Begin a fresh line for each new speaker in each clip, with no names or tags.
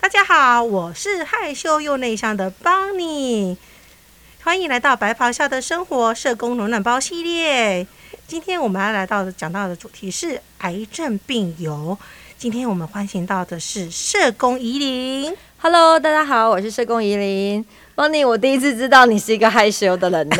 大家好，我是害羞又内向的邦尼，欢迎来到白袍下的生活社工暖暖包系列。今天我们要来到的讲到的主题是癌症病友。今天我们欢迎到的是社工怡琳。
Hello，大家好，我是社工怡琳。邦尼，我第一次知道你是一个害羞的人 呢。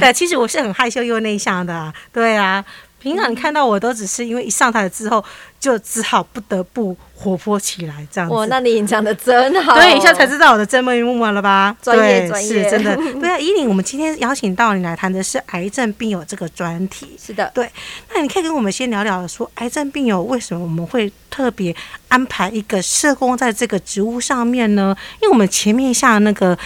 对，其实我是很害羞又内向的、啊，对啊。平常你看到我都只是因为一上台之后，就只好不得不活泼起来这样子。
哇，那你隐藏的真好。
对，一下才知道我的真面目了吧？
专业
对
专
是
业
真 的。对啊，依琳，我们今天邀请到你来谈的是癌症病友这个专题。
是的，
对，那你可以跟我们先聊聊说，癌症病友为什么我们会特别安排一个社工在这个职务上面呢？因为我们前面像那个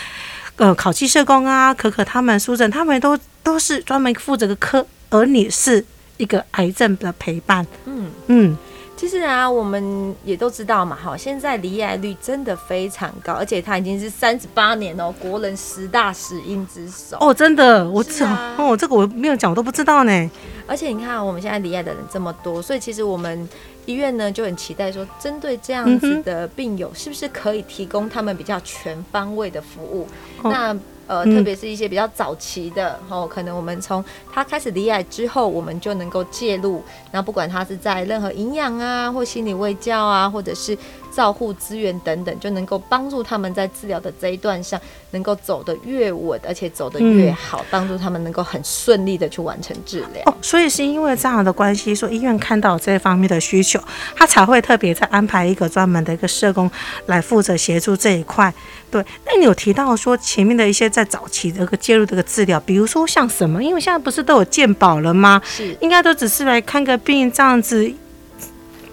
呃考期社工啊，可可他们、苏珍他们都都是专门负责个科，而你是一个癌症的陪伴，
嗯，
嗯，
其实啊，我们也都知道嘛，哈，现在离癌率真的非常高，而且它已经是三十八年哦，国人十大死因之首。
哦，真的，我
是
这、
啊
哦这个我没有讲，我都不知道呢，
而且你看啊，我们现在离爱的人这么多，所以其实我们医院呢就很期待说，针对这样
嗯
子
哼
的病友，是不是可以提供他们比较全方位的服务？
哦
那呃，
嗯
特别是一些比较早期的哦，可能我们从他开始离爱之后，我们就能够介入。那不管他是在任何营养啊，或心理卫教啊，或者是照护资源等等，就能够帮助他们在治疗的这一段上，能够走得越稳，而且走得越
嗯
好，帮助他们能够很顺利的去完成治疗。
哦，所以是因为这样的关系，说医院看到这方面的需求，他才会特别再安排一个专门的一个社工来负责协助这一块。对，那你有提到说前面的一些在早期的一个介入这个治疗，比如说像什么？因为现在不是都有健保了吗？
是
应该都只是来看个病这样子。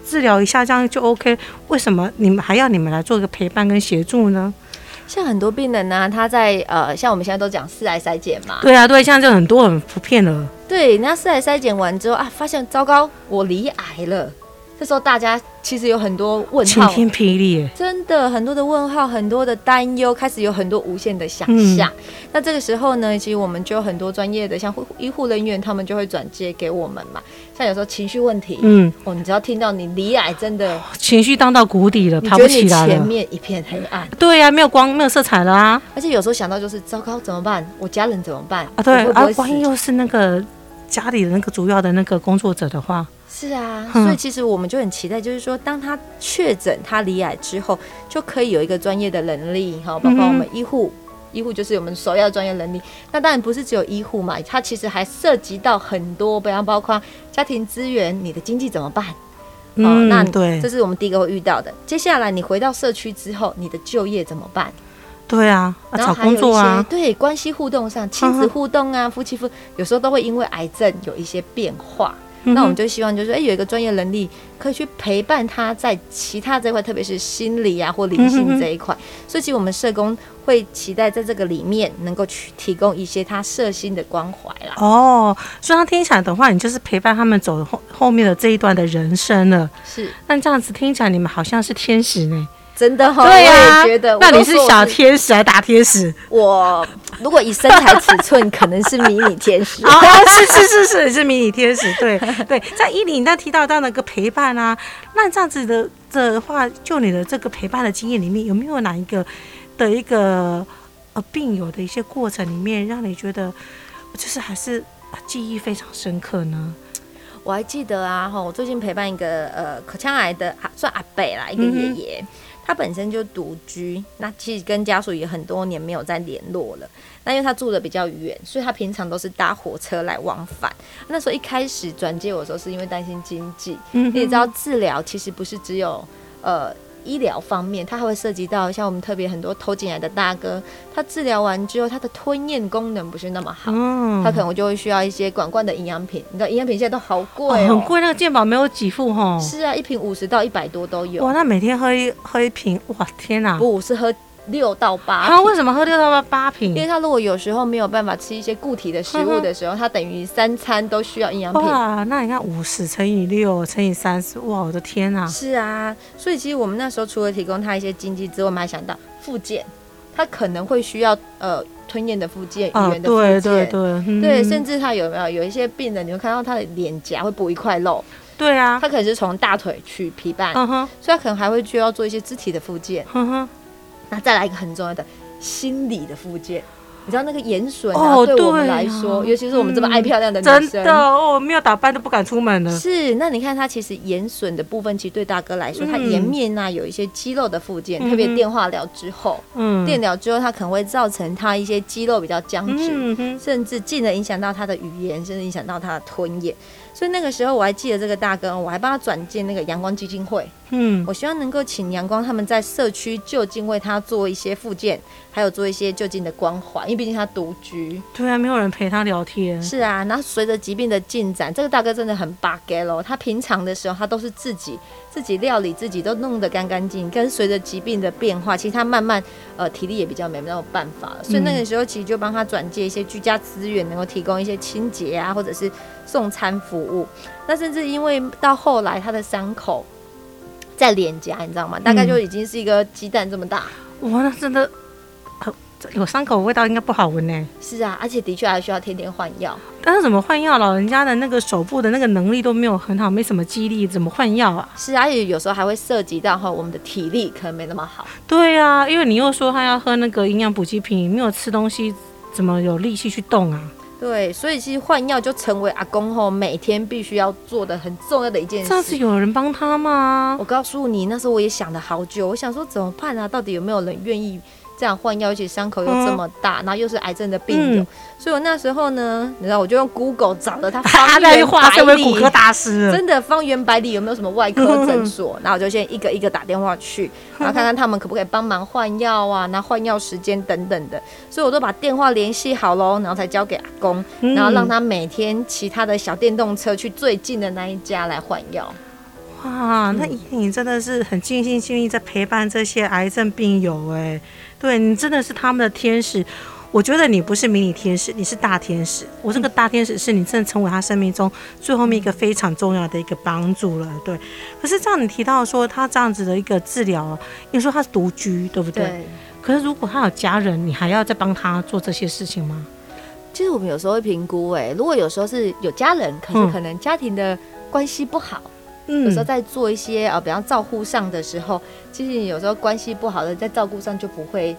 治疗一下这样就 OK，为什么你们还要你们来做一个陪伴跟协助呢？
像很多病人呢、他在呃，像我们现在都讲四癌筛检嘛，
对啊，对，现在就很多很普遍了。
对，那四癌筛检完之后啊，发现糟糕，我离癌了。这时候大家其实有很多问
晴
号，
天霹雳耶，
真的很多的问号，很多的担忧，开始有很多无限的想象。
嗯
那这个时候呢，其实我们就有很多专业的，像护医护人员，他们就会转接给我们嘛。像有时候情绪问题，
嗯，
哦，你只要听到你离癌，真的，
情绪荡到谷底了，
你
爬
觉
不
得
起
你
来
前
了。
面一片黑暗，
对啊呀、没有光，没有色彩了啊！
而且有时候想到就是糟糕，怎么办？我家人怎么办？
啊，对
我会不
啊
会，死
万一又是那个家里的那个主要的那个工作者的话，
是啊，
嗯
所以其实我们就很期待，就是说，当他确诊他离癌之后，就可以有一个专业的能力哈，
嗯
包括我们医护。医护就是我们首要的专业能力，那当然不是只有医护嘛，它其实还涉及到很多，比方包括家庭资源，你的经济怎么办？
嗯，
那
对
这是我们第一个会遇到的。接下来你回到社区之后，你的就业怎么办？
对啊，啊
然
找
后还有
工
一些
作啊，
对关系互动上，亲子
嗯哼
互动啊，夫妻互，有时候都会因为癌症有一些变化。那我们
就
就希望就是，哎、有一个专业能力可以去陪伴他在其他这块，特别是心理啊或灵性这一
嗯
块。所以，其实我们社工会期待在这个里面能够去提供一些他社心的关怀啦。
哦，所以他听起来的话，你就是陪伴他们走后后面的这一段的人生了。
是
那这样子听起来，你们好像是天使呢。
真的哈、
对啊
我也觉得。
那
我都
你是
说我
小天使还是大天使？
我如果以身材尺寸，可能是迷你天使。
哦，是是是是是迷你天使，对对，在伊林那提到这样的一个陪伴啊，那这样子的的话，就你的这个陪伴的经验里面，有没有哪一个的一个呃病友的一些过程里面，让你觉得呃就是还是啊记忆非常深刻呢？
我还记得啊，哈，我最近陪伴一个呃口腔癌的啊算阿伯啦，一个爷爷，他本身就独居，那其实跟家属也很多年没有再联络了。那因为他住的比较远，所以他平常都是搭火车来往返。那时候一开始转介我的时候，是因为担心经济，
嗯
你也知道治疗其实不是只有呃医疗方面，它还会涉及到像我们特别很多头颈癌的大哥，他治疗完之后，他的吞咽功能不是那么好。
嗯，
他可能就会需要一些管罐的营养品，你知道营养品现在都好贵、
哦很贵，那个健保没有几副吼。
是啊，一瓶五十到一百多都有。
哇，那每天喝一喝一瓶，哇天哪、
不是喝六到八
他、
瓶，
为什么喝六到八八
因
瓶
为？他如果有时候没有办法吃一些固体的食物的时候，他等于三餐都需要营养品。
哇，那你看五十乘以六乘以三十，哇，我的天哪、
是啊，所以其实我们那时候除了提供他一些经济之外，我们还想到复健，他可能会需要呃吞咽的附件、语
啊，
言的附件，
对对对，嗯
对，甚至他有没有有一些病人，你会看到他的脸颊会补一块肉，
对啊，
他可能是从大腿去皮瓣，
嗯哼，
所以他可能还会需要做一些肢体的附件。
嗯哼，
那再来一个很重要的心理的附件，你知道那个盐水啊，
哦
对我
对
们
啊嗯
来说，尤其是我们这么爱漂亮的女
真
生。
的哦，没有打扮都不敢出门了。
是，那你看它其实盐损的部分，其实对大哥来说，
嗯
他颜面啊有一些肌肉的附件，
嗯哼
特别电化疗之后，
嗯，
电疗之后，它可能会造成他一些肌肉比较僵直，
嗯哼，
甚至进而影响到他的语言，甚至影响到他的吞咽。所以那个时候我还记得这个大哥，我还帮他转介那个阳光基金会，
嗯，
我希望能够请阳光他们在社区就近为他做一些复健，还有做一些就近的关怀，因为毕竟他独居。
对啊，没有人陪他聊天。
是啊，然后随着疾病的进展，这个大哥真的很 bug 咯。他平常的时候他都是自己自己料理，自己都弄得干干净。但是随着疾病的变化，其实他慢慢呃体力也比较没那么办法了，所以那个时候其实就帮他转介一些居家资源，能够提供一些清洁啊，或者是送餐服务。那甚至因为到后来他的伤口。在脸颊，你知道吗？大概就已经是一个鸡蛋这么大。
哇，那真的，呃有伤口味道应该不好闻呢。
是啊，而且的确还需要天天换药。
但是怎么换药？老人家的那个手部的那个能力都没有很好，没什么肌力，怎么换药啊？
是啊，而且有时候还会涉及到哈我们的体力可能没那么好。
对啊，因为你又说他要喝那个营养补给品，没有吃东西，怎么有力气去动啊？
对，所以其实换药就成为阿公后每天必须要做的很重要的一件
这样子
事。
有人帮他吗？
我告诉你，那时候我也想了好久，我想说怎么办啊？到底有没有人愿意这样换药？而且伤口又这么大，然后又是癌症的病友，
嗯
所以我那时候呢，你知道，我就用 Google 找了他
他
方
在
圆
化
百
身为
里，
骨科大 师了。
真的方圆百里有没有什么外科诊所？ 然后我就先一个一个打电话去， 然后看看他们可不可以帮忙换药啊，那换药时间等等的。所以我都把电话联系好喽，然后才交给阿公，
嗯
然后让他每天骑他的小电动车去最近的那一家来换药。
哇，啊那依琳真的是很尽心尽力在陪伴这些癌症病友哎、对你真的是他们的天使。我觉得你不是迷你天使，你是大天使。我这个大天使是你真的成为他生命中最后面一个非常重要的一个帮助了，对。可是这样你提到说他这样子的一个治疗哦，你说他是独居，对不对？
对，
可是如果他有家人，你还要再帮他做这些事情吗？
其实我们有时候会评估、哎，如果有时候是有家人，可
嗯
是可能家庭的关系不好。
嗯
有时候在做一些呃，比方照护上的时候，其实你有时候关系不好的，在照顾上就不会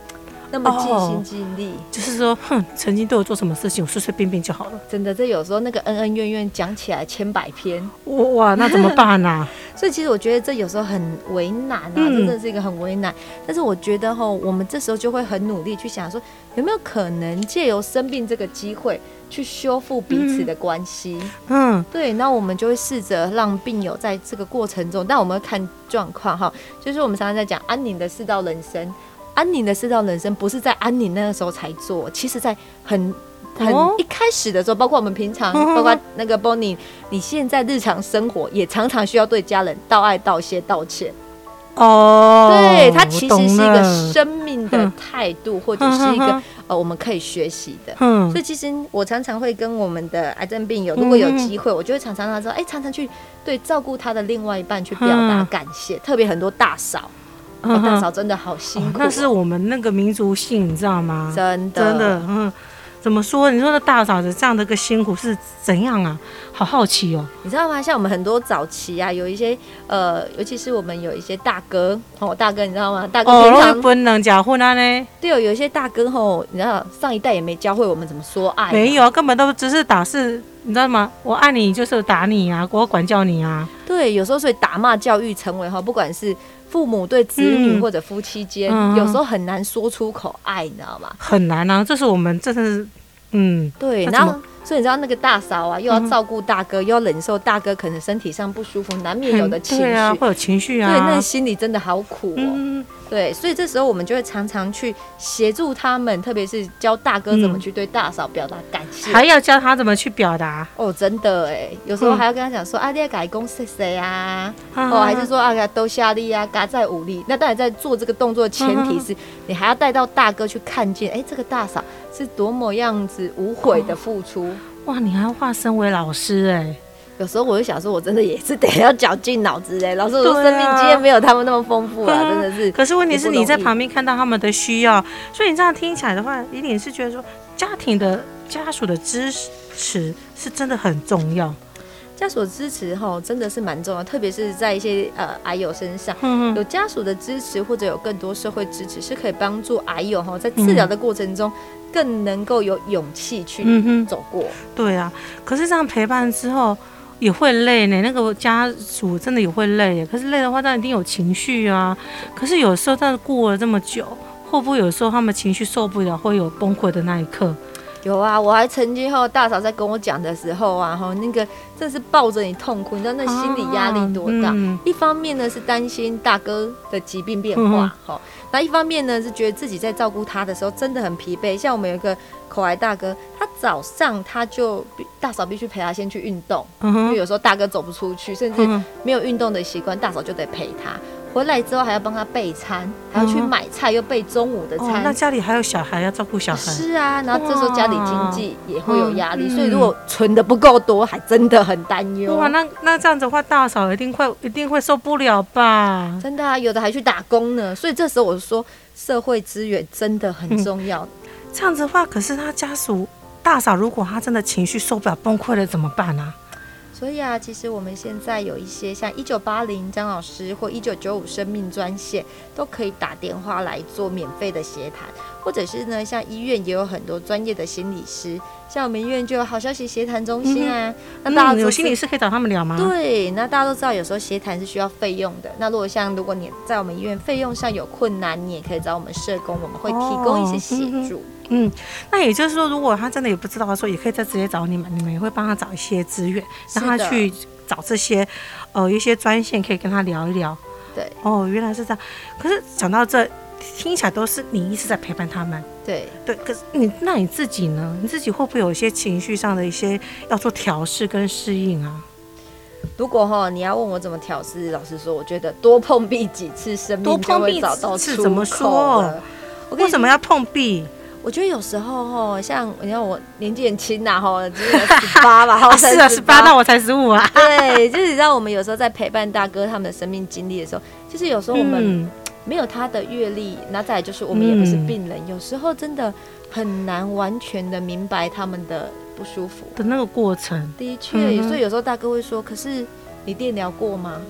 那么尽
哦
心尽力。
就是说，哼，曾经对我做什么事情，我随随便便就好了。
真的，这有时候那个恩恩怨怨讲起来千百篇，
哇哇，那怎么办呢、 啊？
所以其实我觉得这有时候很为难啊，
嗯
这真的是一个很为难。但是我觉得哈，我们这时候就会很努力去想说，有没有可能借由生病这个机会去修复彼此的关系？
嗯，
对，那我们就会试着让病友在这个过程中，但我们会看状况哈，就是我们常常在讲安宁的世道人生。安宁的世道人生不是在安宁那个时候才做，其实在很很
哦嗯
一开始的时候，包括我们平常，包括那个 Bonnie，你现在日常生活也常常需要对家人道爱、道谢、道歉。
哦，
对，它其实
我懂
是一个
了
生命的
嗯
态度，或者是
嗯
一个
嗯
呃我们可以学习的。
嗯
所以其实我常常会跟我们的癌症病友，如果有
嗯
机会，我就会常常让他说，哎、常常去对照顾他的另外一半去表达
嗯
感谢，特别很多大嫂，哦
嗯
大
嗯
嫂真的好辛
哦
苦哦，
那是我们那个民族性，你知道吗？
真的
真的，嗯，怎么说？你说那大嫂子这样的一个辛苦是怎样啊？好好奇哦。
你知道吗？像我们很多早期啊，有一些呃，尤其是我们有一些大哥哦，大哥你知道吗？大哥
哦，
平
那
常、
不能假婚啊呢？
对哦，有一些大哥吼，你知道上一代也没教会我们怎么说爱，
没。有，啊根本都只是打是，你知道吗？我爱你就是打你啊，我管教你啊。
对，有时候所以打骂教育成为哈，不管是父母对子女
嗯
或者夫妻间，
嗯
有时候很难说出口爱，你知道吗？
很难啊，这是我们真的是，嗯，
对，
那
然
怎嗯
后所以你知道那个大嫂啊，又要照顾大哥，又要忍受大哥可能身体上不舒服，难免有的情绪。
对啊，会有情绪
对，
啊，
那心里真的好苦哦。
嗯，
对，所以这时候我们就会常常去协助他们，特别是教大哥怎么去对大嫂表达感谢。
嗯还要教他怎么去表达，
哦，真的哎，有时候
嗯
还要跟他讲说、啊，你要改攻谁谁啊，
哦
哦，还是说啊，给他兜下力啊，嘎在武力。那当然，在做这个动作的前
嗯
提是，你还要带到大哥去看见，哎、这个大嫂是多么样子无悔的付出。
哇，你还化身为老师哎、
有时候我就想说，我真的也是得要绞尽脑汁 哎。老师，我
对
说
啊
生命经验没有他们那么丰富 啊，真的是。
可是问题是你在
也不容易
旁边看到他们的需要，所以你这样听起来的话，一定是觉得说家庭的家属的支持是真的很重要。
家属支持哈，真的是蛮重要，特别是在一些呃癌友身上，
嗯
有家属的支持或者有更多社会支持，是可以帮助癌友哈在
嗯
治疗的过程中更能够有勇气去
嗯哼，
走过。
对啊。可是这样陪伴之后也会累呢，那个家属真的也会累耶。可是累的话，当然一定有情绪啊。可是有时候，但是过了这么久，会不会有时候他们情绪受不了，会有崩溃的那一刻？
有啊，我还曾经后大嫂在跟我讲的时候啊，哈，那个真是抱着你痛哭，你知道那心理压力多大？
啊嗯
一方面呢是担心大哥的疾病变
嗯
化，哈、那一方面呢是觉得自己在照顾他的时候真的很疲惫。像我们有一个口癌大哥，他早上他就必大嫂必须陪他先去运动，
嗯
因为
哼，
有时候大哥走不出去，甚至
嗯哼
没有运动的习惯，大嫂就得陪他。回来之后还要帮他备餐，还要去
嗯
买菜，又备中午的
哦，
餐。
那家里还有小孩要照顾小孩，
是啊，然后这时候家里经济也会有压力，
哇
所以如果存的不够多，还真的很担忧。
哇，那那这样子的话，大嫂一定会一定会受不了吧？
真的啊，有的还去打工呢。所以这时候我说，社会资源真的很重
嗯
要。
这样子的话，可是他家属大嫂，如果他真的情绪受不了崩溃了，怎么办啊？
所以啊，其实我们现在有一些像一九八零张老师或一九九五生命专线，都可以打电话来做免费的协谈，或者是呢，像医院也有很多专业的心理师，像我们医院就有好消息协谈中心啊。那大家
嗯、
都
有
知
心理师可以找他们聊吗？
对，那大家都知道，有时候协谈是需要费用的。那如果像如果你在我们医院费用上有困难，你也可以找我们社工，我们会提供一些协助。
嗯，那也就是说，如果他真的也不知道的时候，也可以再直接找你们，你们也会帮他找一些资源，
是
让
的
他去找这些呃一些专线可以跟他聊一聊。
对，
哦，原来是这样。可是讲到这，听起来都是你一直在陪伴他们。
对，
对，可是你那你自己呢？你自己会不会有一些情绪上的一些要做调试跟适应啊？
如果哈你要问我怎么调试，老实说，我觉得多碰壁几次，生
多
命就
碰壁
会找到
几次
出
怎么
口
说
了。我跟
为
你
什么要碰壁？
我觉得有时候哈，像你看我年纪很轻啊呐哈，只有十 八吧，哈，
啊，是啊，十八， 那我才十五啊。
对，就是你知道我们有时候在陪伴大哥他们的生命经历的时候，其实有时候我们
嗯，
没有他的阅历，那再来就是我们也不是病人，有时候真的很难完全的明白他们的不舒服。
的那个过程，
的确，
嗯哼
所以有时候大哥会说：“可是你电疗过吗？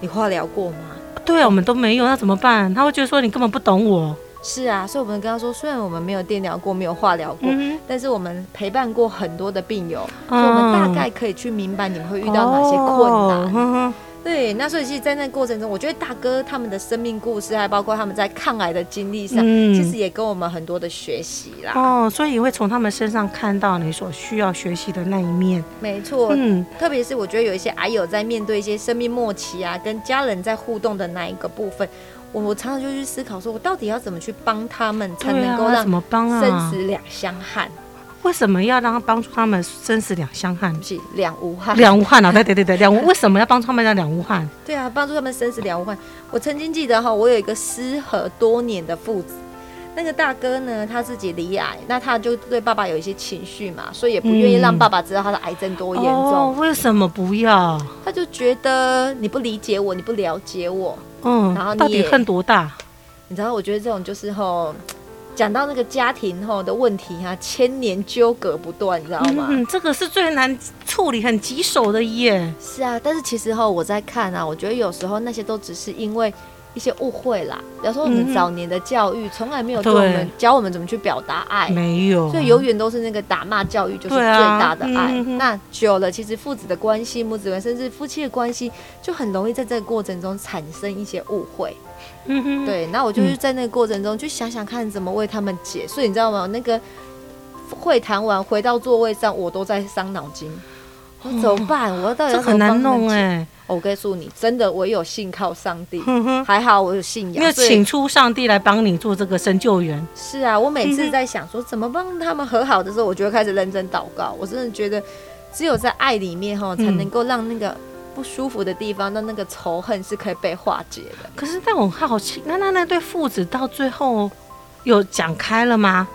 你化疗过吗
对啊，我们都没有，那怎么办？他会觉得说你根本不懂我。？”
是啊，所以我们跟他说，虽然我们没有电疗过，没有化疗过，
嗯
但是我们陪伴过很多的病友，所以
哼，
我们大概可以去明白你们会遇到哪些困难。
难？
对，那所以其实，在那过程中，我觉得大哥他们的生命故事，还包括他们在抗癌的经历上，
嗯
啊其实啊也跟我们很多的学习啦。
哦，所以也会从他们身上看到你所需要学习的那一面。
没错，
嗯，
特别是我觉得有一些癌友在面对一些生命末期啊，跟家人在互动的那一个部分，我我常常就去思考说，我到底要怎么去帮他们，才
对
能够
啊，
让
怎么帮
生
啊
死？两相憾，
为什么要让他帮助他们生死两相憾
不？是两无憾。
两无憾啊！对对对对，两无为什么要帮助他们让两无憾？
对啊，帮助他们生死两无憾。我曾经记得哈，我有一个失和多年的父子。那个大哥呢，他自己离癌，那他就对爸爸有一些情绪嘛，所以也不愿意让
嗯
爸爸知道他的癌症多严重。
哦，为什么不要？
他就觉得你不理解我，你不了解我，
嗯
然后，你
到底
也
恨多大？
你知道，我觉得这种就是吼，讲到那个家庭吼的问题啊，千年纠葛不断，你知道吗？
嗯，这个是最难处理、很棘手的耶。
是啊，但是其实吼我在看啊，我觉得有时候那些都只是因为一些误会啦。比方说我
嗯
们
嗯
早年的教育从来没有
对
对我们教我们怎么去表达爱。
没有，
所以永远都是那个打骂教育就是最
嗯对啊
大的爱。
嗯嗯嗯
那久了，其实父子的关系、母子关系，甚至夫妻的关系，就很容易在这个过程中产生一些误会。
嗯哼，
对，那我就是在那个过程中去想想看怎么为他们解，所以你知道吗？那个会谈完回到座位上，我都在伤脑筋，我怎么办？我到底
这
要
很难弄
哎、
哎。
我告诉你，真的，我有信靠上帝，
哼哼，
还好我有信
因为
仰。所以
请出上帝来帮你做这个神救援。
是啊，我每
嗯
次
哼
在想说怎么帮他们和好的时候，我就会开始认真祷告。我真的觉得，只有在爱里面哈，才
嗯
能够让那个不舒服的地方，让那个仇恨是可以被化解的。
可是，但我很好奇，那那那对父子到最后有讲开了吗？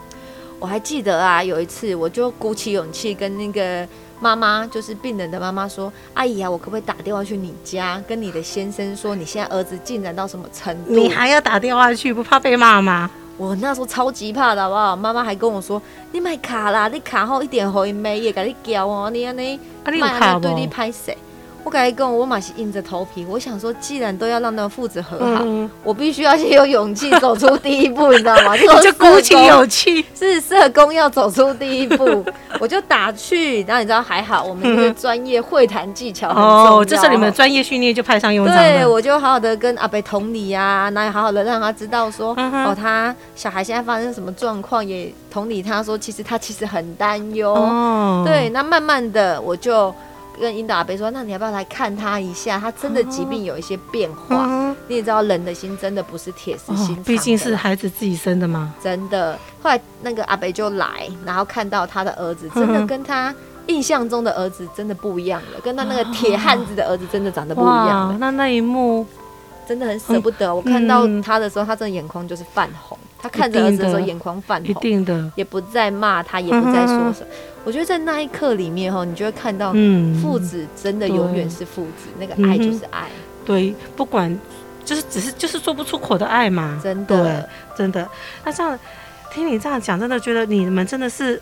我还记得啊，有一次我就鼓起勇气跟那个妈妈，就是病人的妈妈说：“阿姨啊，我可不可以打电话去你家，跟你的先生说，你现在儿子进展到什么程度？”
你还要打电话去，不怕被骂吗？
我那时候超级怕的，好不好？妈妈还跟我说：“你买卡啦，你卡好一点回妹也给你教哦，你安尼
啊，你有卡不
对？你拍谁？”我跟你讲，我马是硬着头皮，我想说，既然都要让那父子和好，
嗯，
我必须要先有勇气走出第一步，你知道 吗？
你就鼓起
勇。
勇气，
是社工要走出第一 步，我就打去，然后你知道还好，我们这个专业会谈技巧很重要。
哦，这时候你们的专业训练就派上用场
对，
了。
我就好好的跟阿北同理啊，那也好好的让他知道说，
嗯哼
哦，他小孩现在发生什么状况，也同理他说，其实他其实很担忧。
哦，
对，，那慢慢的我就跟引导阿北说，那你要不要来看他一下？他真的疾
哦
病有一些变化，
嗯，
你也知道人的心真的不是铁石心肠的
哦
啦，，
毕竟是孩子自己生的嘛。
真的。后来那个阿北就来，然后看到他的儿子，真
嗯
的
哼
跟他印象中的儿子真的不一样了，跟他那个铁汉子的儿子真的长得不一样
哇
了，，
那那一幕
真的很舍不得。我看到
嗯
他的时候，他真的眼眶就是泛红，他看着儿子的时候
一定的
眼眶泛
一
红，
定的，
也不再骂他，也不再说
嗯
什么。我觉得在那一刻里面哈，你就会看到
嗯，
哦父子真的永远是父子，那个爱就是爱，
对，不管就是只是就是说不出口的爱嘛，
真的。
真的。那这样听你这样讲，真的觉得你们真的是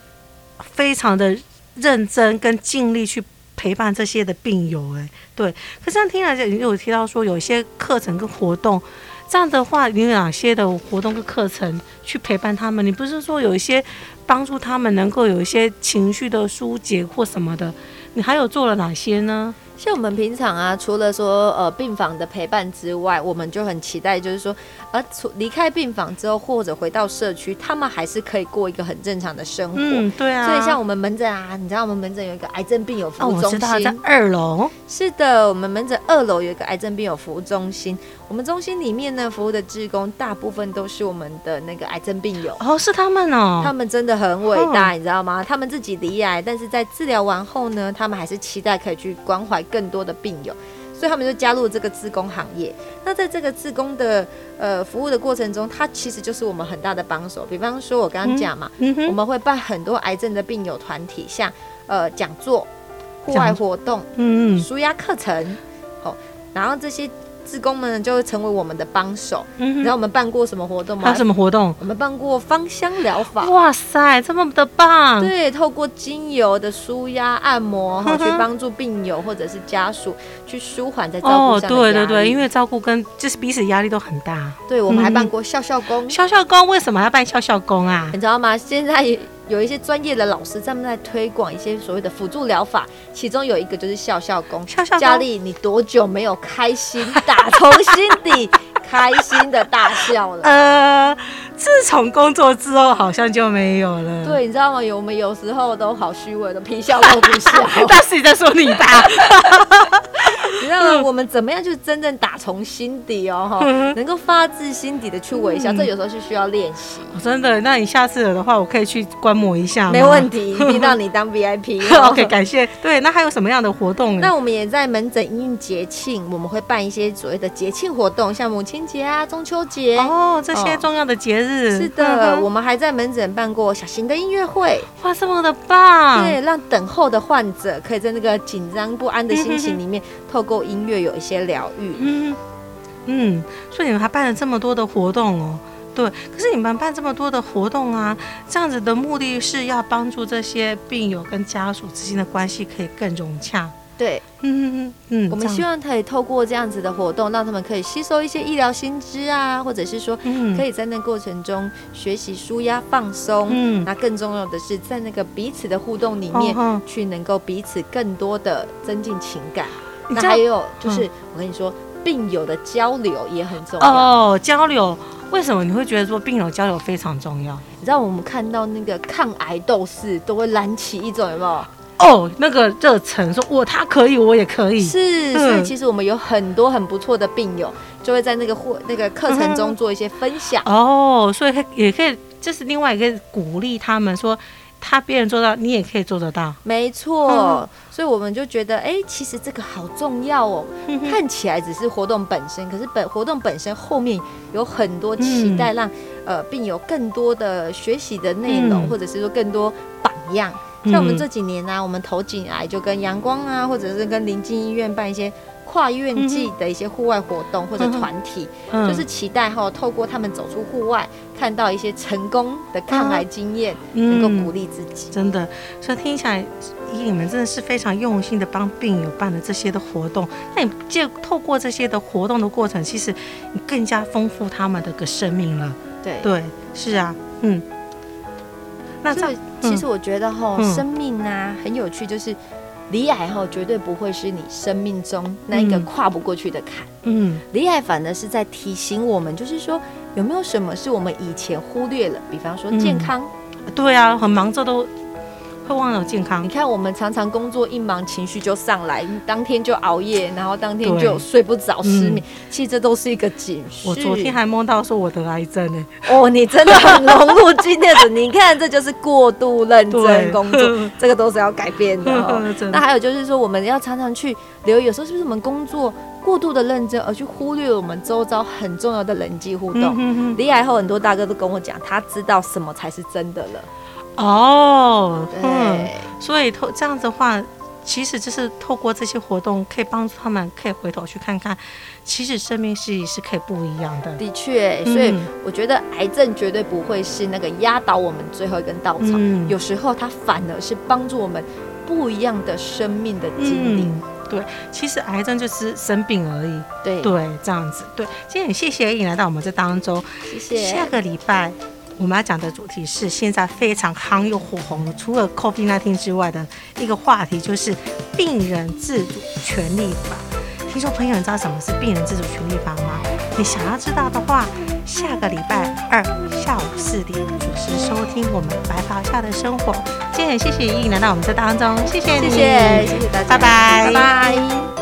非常的认真跟尽力去陪伴这些的病友、哎，对。可是这样听来，你有提到说有一些课程跟活动，这样的话，你有哪些的活动跟课程去陪伴他们？你不是说有一些帮助他们能够有一些情绪的疏解或什么的？你还有做了哪些呢？
像我们平常啊，除了说呃病房的陪伴之外，我们就很期待，就是说，呃，出离开病房之后，或者回到社区，他们还是可以过一个很正常的生活。
嗯，对啊。
所以像我们门诊啊，你知道我们门诊有一个癌症病友服
哦，
务
我
中
知道，
心，
在二楼。
是的，我们门诊二楼有一个癌症病友服务中心，我们中心里面呢，服务的志工大部分都是我们的那个癌症病友。
哦，是他们哦。嗯
他们真的很伟大，你知道吗？他们自己离癌，但是在治疗完后呢，他们还是期待可以去关怀更多的病友，所以他们就加入这个自工行业。那在这个自工的呃服务的过程中，它其实就是我们很大的帮手。比方说，我刚刚讲嘛，
嗯
我
哼，
们会办很多癌症的病友团体，像呃讲座、户外
讲
活动、
嗯
舒压课程，哦，然后这些自工们就会成为我们的帮手。你
嗯
知道
哼，
我们办过什么活动
还
吗
有？什么活动？
我们办过芳香疗法。
哇塞，这么的棒！
对，透过精油的舒压按摩，哈，
嗯
去
哼
帮助病友或者是家属去舒缓在照顾
哦，
上的压
对
力。
对对，因为照顾跟就是彼此压力都很大。
对我们还办
嗯
过笑笑工，
笑笑工为什么要办笑笑工啊
你？知道吗？现在也有一些专业的老师他们在推广一些所谓的辅助疗法，其中有一个就是笑笑工。
笑笑
家
工，
里你多久没有开心 打从心底开心的大笑了？
呃，自从工作之后好像就没有了。，
对，你知道吗？有我们有时候都好虚伪，都皮笑肉不笑。
但是你在说你吧？
你知道吗？我们怎么样就是真正打从心底哦，哈，能够发自心底的去微笑，
嗯
这有时候是需要练习。
哦真的，那你下次有的话，我可以去观摩一下。
没问。题，一定让你当 VIP 哦。
OK，感谢。对，那还有什么样的活动呢？
那我们也在门诊因应节庆，我们会办一些所谓的节庆活动，像母亲节啊、中秋节。
哦，这些
哦
重要的节日。
是的，
嗯哼
我们还在门诊办过小型的音乐会，
哇，这么的棒。
对，让等候的患者可以在那个紧张不安的心情里面，透过音乐有一些疗愈。
嗯，嗯，所以你们还办了这么多的活动哦。对，可是你们办这么多的活动啊，这样子的目的是要帮助这些病友跟家属之间的关系可以更融洽。
对，
嗯嗯嗯嗯，
我们希
望
望可以透过这样子的活动，让他们可以吸收一些医疗新知啊，或者是说
嗯
可以在那过程中学习舒压放松。
嗯
那更重要的是，在那个彼此的互动里面，
哦
去能够彼此更多的增进情感。
你
那
知
还
道嗯
有就是，我跟你说，病友的交流也很重要。
哦，交流为什么你会觉得说病友交流非常重要？
你知道我们看到那个抗癌斗士都会燃起一种有没有？
哦，那个热忱，说我他可以，我也可以。
是，
嗯
所以其实我们有很多很不错的病友，就会在那个或那个课程
嗯
中做一些分享。
哦，所以可以也可以，就是另外一个鼓励他们说，他别人做到，你也可以做得 到。
没错，
嗯
所以我们就觉得，哎、其实这个好重要哦。
嗯哼
看起来只是活动本身，可是本活动本身后面有很多期
嗯
待让，呃病友更多的学习的内容，
嗯
或者是说更多榜样。像我们
嗯
这几年呢、啊我们头颈癌就跟阳光啊，或者是跟临近医院办一些跨院际的一些户外活动或者团体，
嗯
就是期待哈、透过他们走出户外，看到一些成功的
嗯
抗癌经验，能够鼓
励、
励自己。
真的，所以听起来，依你们真的是非常用心的帮病友办了这些的活动。那你借透过这些的活动的过程，其实你更加丰富他们的个生命了。
对，
对，是啊，嗯。那这
所
样
以其实我觉得哈、
嗯
生命啊很有趣，就是离癌后绝对不会是你生命中那一个
嗯
跨不过去的坎。
嗯
离癌反而是在提醒我们，就是说有没有什么是我们以前忽略了，比方说
嗯
健康。
对啊，很忙，这都会忘了健康
你。看，我们常常工作一忙，情绪就上来，当天就熬夜，然后当天
对
就睡不着、失眠。其实这都是一个警示。
嗯我昨天还梦到说我得癌症呢、
哦，你真的很融入今天的，你看这就是过度认
对
真工作，这个都是要改变的、哦。
真
那
的，
还有就是说，我们要常常去留意，有时候是不是我们工作过度的认真，而去忽略我们周遭很重要的人际互动？
嗯嗯
离癌后，很多大哥都跟我讲，他知道什么才是真的了。
嗯，哦，
对，
嗯，所以透这样子的话，其实就是透过这些活动，可以帮助他们，可以回头去看看，其实生命是是可以不一样的。
的确，所以
嗯
我觉得癌症绝对不会是那个压倒我们最后一根稻草，
嗯
有时候它反而是帮助我们不一样的生命的经历。
嗯，对，其实癌症就是生病而已。
对，
对，这样子。对，今天很谢谢你来到我们这当中。
谢谢
下。个礼拜我们要讲的主题是现在非常夯又火红，除了 COVID-19 之外的一个话题，就是病人自主权利法。听众朋友，你知道什么是病人自主权利法吗？你想要知道的话，下个礼拜二下午四点准时收听我们《白袍下的生活》。今天很谢谢依依来到我们这当中，谢谢你，
谢谢，谢谢大家，
拜拜
拜拜。